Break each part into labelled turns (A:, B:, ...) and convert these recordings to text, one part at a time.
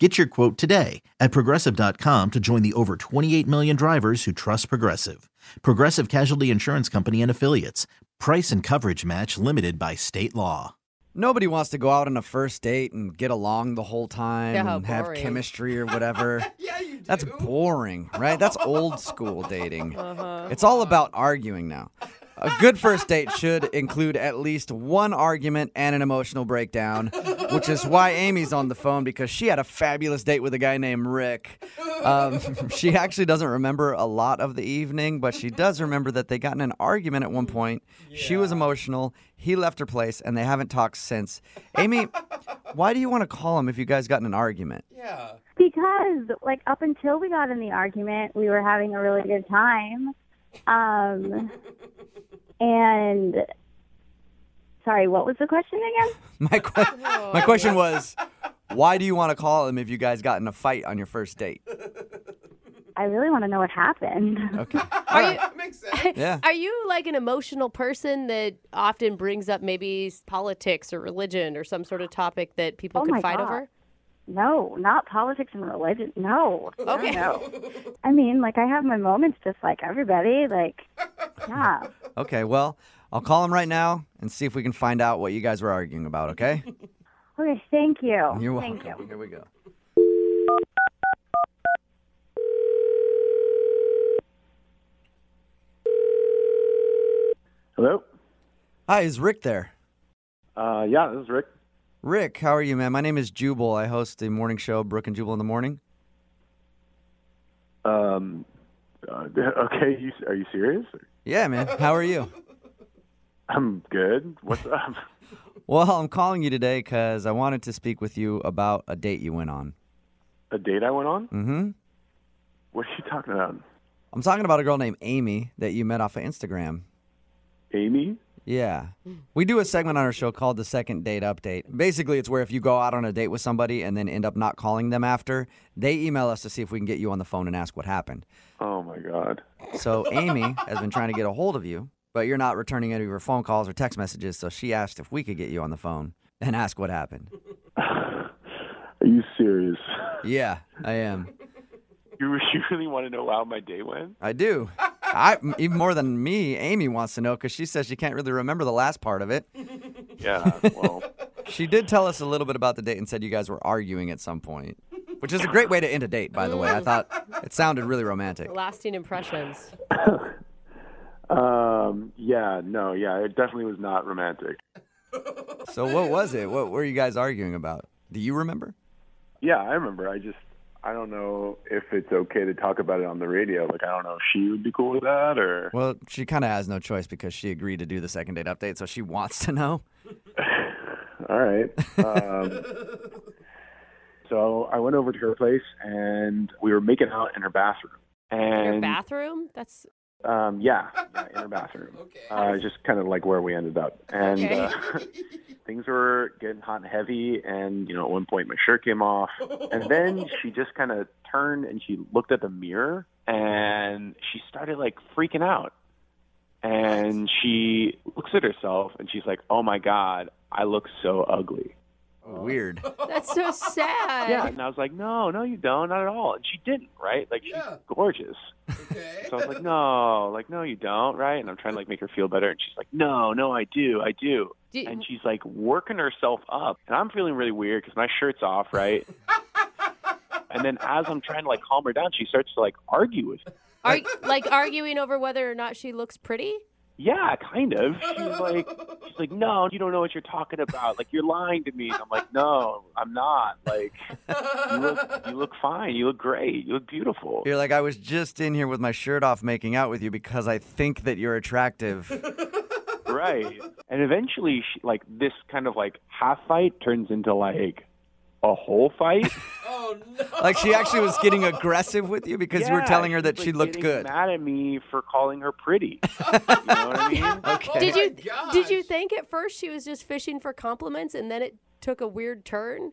A: Get your quote today at progressive.com to join the over 28 million drivers who trust Progressive. Progressive Casualty Insurance Company and Affiliates. Price and coverage match limited by state law.
B: Nobody wants to go out on a first date and get along the whole time
C: Yeah, how
B: and have
C: boring.
B: chemistry or whatever.
D: Yeah, you do.
B: That's boring, right? That's old school dating. It's all about arguing now. A good first date should include at least one argument and an emotional breakdown, which is why Amy's on the phone because she had a fabulous date with a guy named Rick. Um, she actually doesn't remember a lot of the evening, but she does remember that they got in an argument at one point. She was emotional. He left her place, and they haven't talked since. Amy, why do you want to call him if you guys got in an argument?
D: yeah.
E: Because, like, up until we got in the argument, we were having a really good time. Um, and sorry, what was the question again?
B: My, que- my question was, why do you want to call him if you guys got in a fight on your first date?
E: I really want to know what happened.
B: Okay.
C: Are you,
D: That makes sense.
B: Yeah.
C: are you like an emotional person that often brings up maybe s- politics or religion or some sort of topic that people
E: Oh
C: could
E: my
C: fight
E: God.
C: over?
E: No, not politics and religion. No.
C: Okay.
E: No. I mean, like, I have my moments just like everybody. Like, yeah.
B: Okay, well, I'll call him right now and see if we can find out what you guys were arguing about, okay?
E: Okay, thank you.
B: You're welcome.
E: Thank you.
B: Here we go.
F: Hello.
B: Hi, is Rick there?
F: Uh, yeah, this is Rick.
B: Rick, how are you, man? My name is Jubal. I host the morning show, Brooke and Jubal in the Morning.
F: Um, uh, okay, you, are you serious?
B: Yeah, man. How are you?
F: I'm good. What's up?
B: Well, I'm calling you today because I wanted to speak with you about a date you went on.
F: A date I went on?
B: Mm-hmm.
F: What are you talking about?
B: I'm talking about a girl named Amy that you met off of Instagram.
F: Amy?
B: Yeah. We do a segment on our show called the second date update. Basically, it's where if you go out on a date with somebody and then end up not calling them after, they email us to see if we can get you on the phone and ask what happened.
F: Oh my God.
B: So Amy has been trying to get a hold of you, but you're not returning any of her phone calls or text messages, so she asked if we could get you on the phone and ask what happened.
F: Are you serious?
B: Yeah, I am.
F: You, you really want to know how my day went?
B: I do. I even more than me, Amy wants to know cuz she says she can't really remember the last part of it.
F: Yeah. Well,
B: She did tell us a little bit about the date and said you guys were arguing at some point, which is a great way to end a date, by the way. I thought it sounded really romantic.
C: Lasting impressions.
F: um, yeah. No. Yeah. It definitely was not romantic.
B: So what was it? What were you guys arguing about? Do you remember?
F: Yeah, I remember. I just I don't know if it's okay to talk about it on the radio. Like I don't know if she would be cool with that or.
B: Well, she kind of has no choice because she agreed to do the second date update, so she wants to know.
F: All right. Um, so I went over to her place and we were making out in her bathroom. And
C: Your bathroom? That's
F: um, yeah, yeah, in her bathroom.
D: Okay.
F: Uh, just kind of like where we ended up. And
C: Okay.
F: uh, things were getting hot and heavy. And, you know, at one point my shirt came off. And then she just kind of turned and she looked at the mirror and she started like freaking out. And she looks at herself and she's like, oh my God, I look so ugly. Oh.
B: Weird.
C: that's so sad.
F: Yeah, and I was like, no, no, you don't, not at all. And she didn't, right? Like she's
D: Yeah.
F: gorgeous.
D: Okay.
F: So I was like, no, like no, you don't, right? And I'm trying to like make her feel better, and she's like, no, no, I do, I do.
C: Do you-
F: And she's like working herself up, and I'm feeling really weird because my shirt's off, right? and then as I'm trying to like calm her down, she starts to like argue with. Me.
C: Are like arguing over whether or not she looks pretty?
F: Yeah, kind of. She's like, she's like, no, you don't know what you're talking about. Like you're lying to me. And I'm like, no, I'm not. Like you look, you look fine. You look great. You look beautiful.
B: You're like, I was just in here with my shirt off making out with you because I think that you're attractive.
F: right and eventually she, like this kind of like half fight turns into like a whole fight
D: oh Oh no.
B: Like she actually was getting aggressive with you because you were
F: Yeah,
B: telling her
F: she's,
B: that
F: like,
B: she looked
F: getting
B: good.
F: Mad at me for calling her pretty. you know what I mean?
B: Okay.
C: Did
D: Oh, my
C: you did you
D: gosh.
C: think at first she was just fishing for compliments and then it took a weird turn?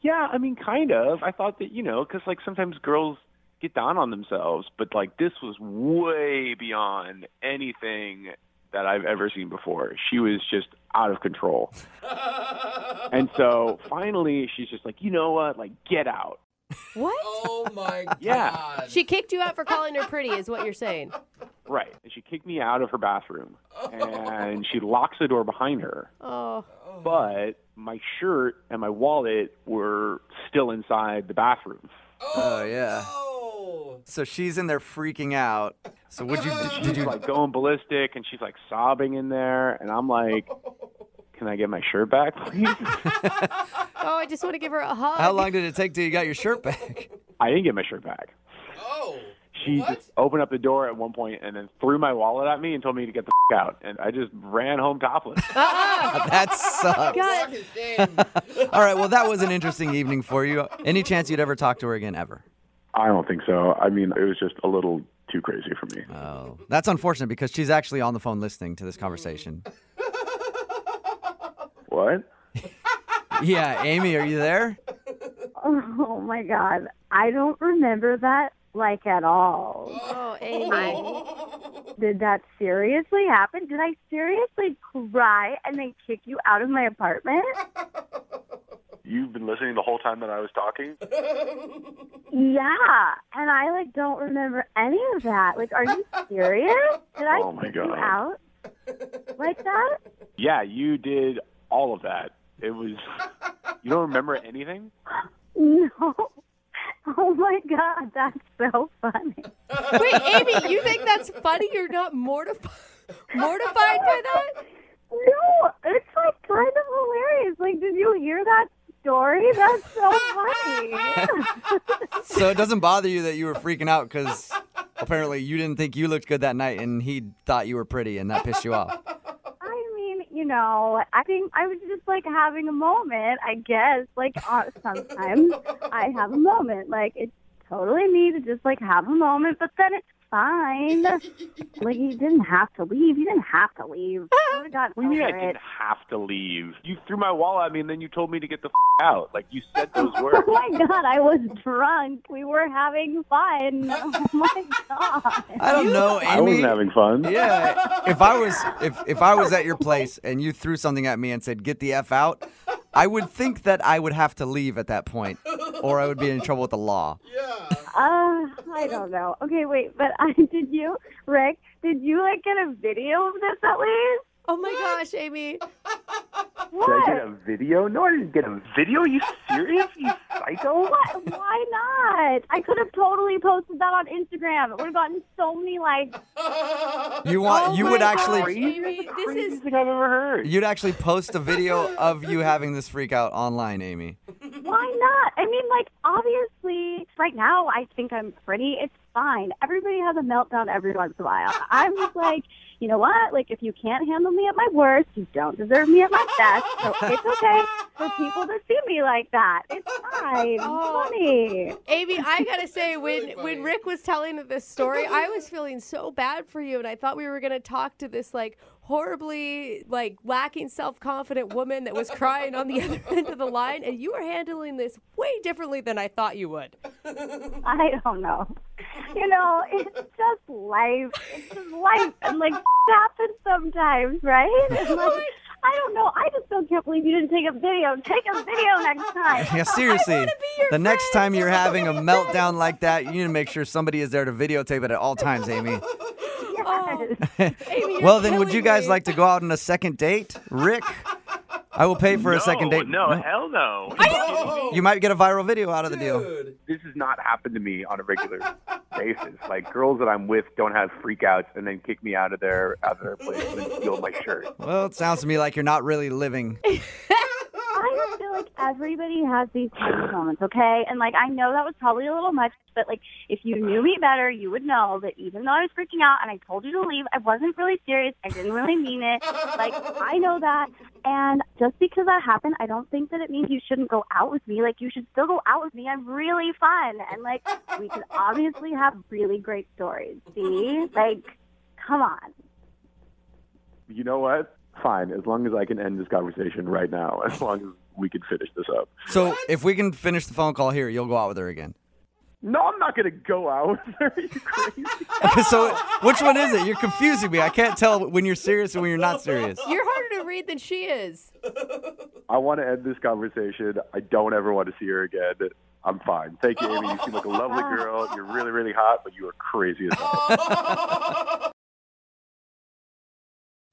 F: Yeah, I mean, kind of. I thought that you know, because like sometimes girls get down on themselves, but like this was way beyond anything that I've ever seen before. She was just out of control, and so finally she's just like, you know what, like get out.
C: What?
D: Oh my god.
F: Yeah.
C: She kicked you out for calling her pretty, is what you're saying.
F: Right. And she kicked me out of her bathroom and she locks the door behind her.
C: Oh,
F: But my shirt and my wallet were still inside the bathroom.
B: Oh yeah.
D: Oh.
B: So she's in there freaking out. So would you did
F: She's
B: you
F: like going ballistic and she's like sobbing in there. And I'm like, can I get my shirt back, please?
C: oh, I just want to give her a hug.
B: how long did it take till you got your shirt back?
F: I didn't get my shirt back.
D: Oh.
F: She
D: What?
F: just opened up the door at one point and then threw my wallet at me and told me to get the f- out. And I just ran home topless.
B: That sucks.
C: God,
D: Fucking thing.
B: All right, well that was an interesting evening for you. Any chance you'd ever talk to her again ever?
F: I don't think so. I mean, it was just a little too crazy for me.
B: Oh. That's unfortunate because she's actually on the phone listening to this conversation.
F: What?
B: Yeah, Amy, are you there?
E: Oh my god, I don't remember that like at all.
C: oh, Amy.
E: Did that seriously happen? Did I seriously cry and then kick you out of my apartment?
F: You've been listening the whole time that I was talking?
E: Yeah, and I like don't remember any of that. Like, are you serious? Did I
F: Oh, my
E: kick you
F: God.
E: out like that?
F: Yeah, you did all of that. It was. You don't remember anything?
E: No. Oh my god, that's so funny.
C: Wait, Amy, you think that's funny? You're not mortified mortified by that?
E: No, it's like kind of hilarious. Like, did you hear that story? That's so funny.
B: So it doesn't bother you that you were freaking out because apparently you didn't think you looked good that night and he thought you were pretty and that pissed you off.
E: I mean, you know, I think I was just like having a moment, I guess. Like, uh, sometimes I have a moment. Like, it's totally me to just like have a moment, but then it's fine. like, you didn't have to leave. You didn't have to leave. I would've gotten
F: What do you mean I
E: over
F: didn't
E: it.
F: have to leave? You threw my wallet at me and then you told me to get the f- out. Like, you said those
E: Oh
F: words.
E: my god, I was drunk. We were having fun. Oh my god.
B: I don't know, Amy.
F: I wasn't having fun.
B: Yeah. If I was if if I was at your place and you threw something at me and said get the f out, I would think that I would have to leave at that point, or I would be in trouble with the law.
D: Yeah.
E: Uh, I don't know. Okay, wait, but I did you, Rick? Did you like get a video of this at least?
C: Oh my gosh, Amy.
B: Uh,
F: Did I get a video? No, I didn't get a video. Are you serious? You psycho?
E: Why, why not? I could have totally posted that on Instagram. It would have gotten so many likes.
B: You want
C: Oh
B: you would
C: my
F: Are
B: actually
F: you
C: Amy,
F: You're the
C: this is-
F: craziest thing I've ever heard.
B: you'd actually post a video of you having this freak out online, Amy.
E: Why not? I mean, like, obviously, right now, I think I'm pretty. It's fine. Everybody has a meltdown every once in a while. I'm just like, you know what? Like, if you can't handle me at my worst, you don't deserve me at my best. So it's okay for people to see me like that. It's fine. It's
C: Oh.
E: funny.
C: Amy, I gotta say, when
D: really funny.
C: when Rick was telling this story, I was feeling so bad for you, and I thought we were gonna talk to this like horribly like lacking self confident woman that was crying on the other end of the line, and you were handling this way differently than I thought you would.
E: I don't know. You know, it's just life. It's just life, and like happens sometimes, right? And, like, I don't know. I just still can't believe you didn't take a video. Take a video next time.
B: Yeah, seriously. The next time you're having a meltdown like that, you need to make sure somebody is there to videotape it at all times, Amy.
C: Oh, Amy, you're
B: Well, then, would you
C: killing
B: guys
C: me.
B: like to go out on a second date, Rick? I will pay for a second date.
F: No, hell no.
B: You might get a viral video out of the deal.
D: Oh, Dude.
F: this has not happened to me on a regular basis. Like girls that I'm with don't have freakouts and then kick me out of their out of their place and steal my shirt.
B: Well, it sounds to me like you're not really living.
E: I feel like everybody has these tiny moments, okay? And like I know that was probably a little much, but like if you knew me better, you would know that even though I was freaking out and I told you to leave, I wasn't really serious. I didn't really mean it. Like I know that. And just because that happened, I don't think that it means you shouldn't go out with me. Like you should still go out with me. I'm really fun. And like we could obviously have really great stories. See? Like come on.
F: You know what? Fine, as long as I can end this conversation right now, as long as we can finish this up.
B: So if we can finish the phone call here, you'll go out with her again.
F: No, I'm not gonna go out with her. Are you crazy?
B: so which one is it? You're confusing me. I can't tell when you're serious and when you're not serious.
C: You're harder to read than she is.
F: I want to end this conversation. I don't ever want to see her again. I'm fine. Thank you, Amy. You seem like a lovely girl. You're really, really hot, but you are crazy as hell.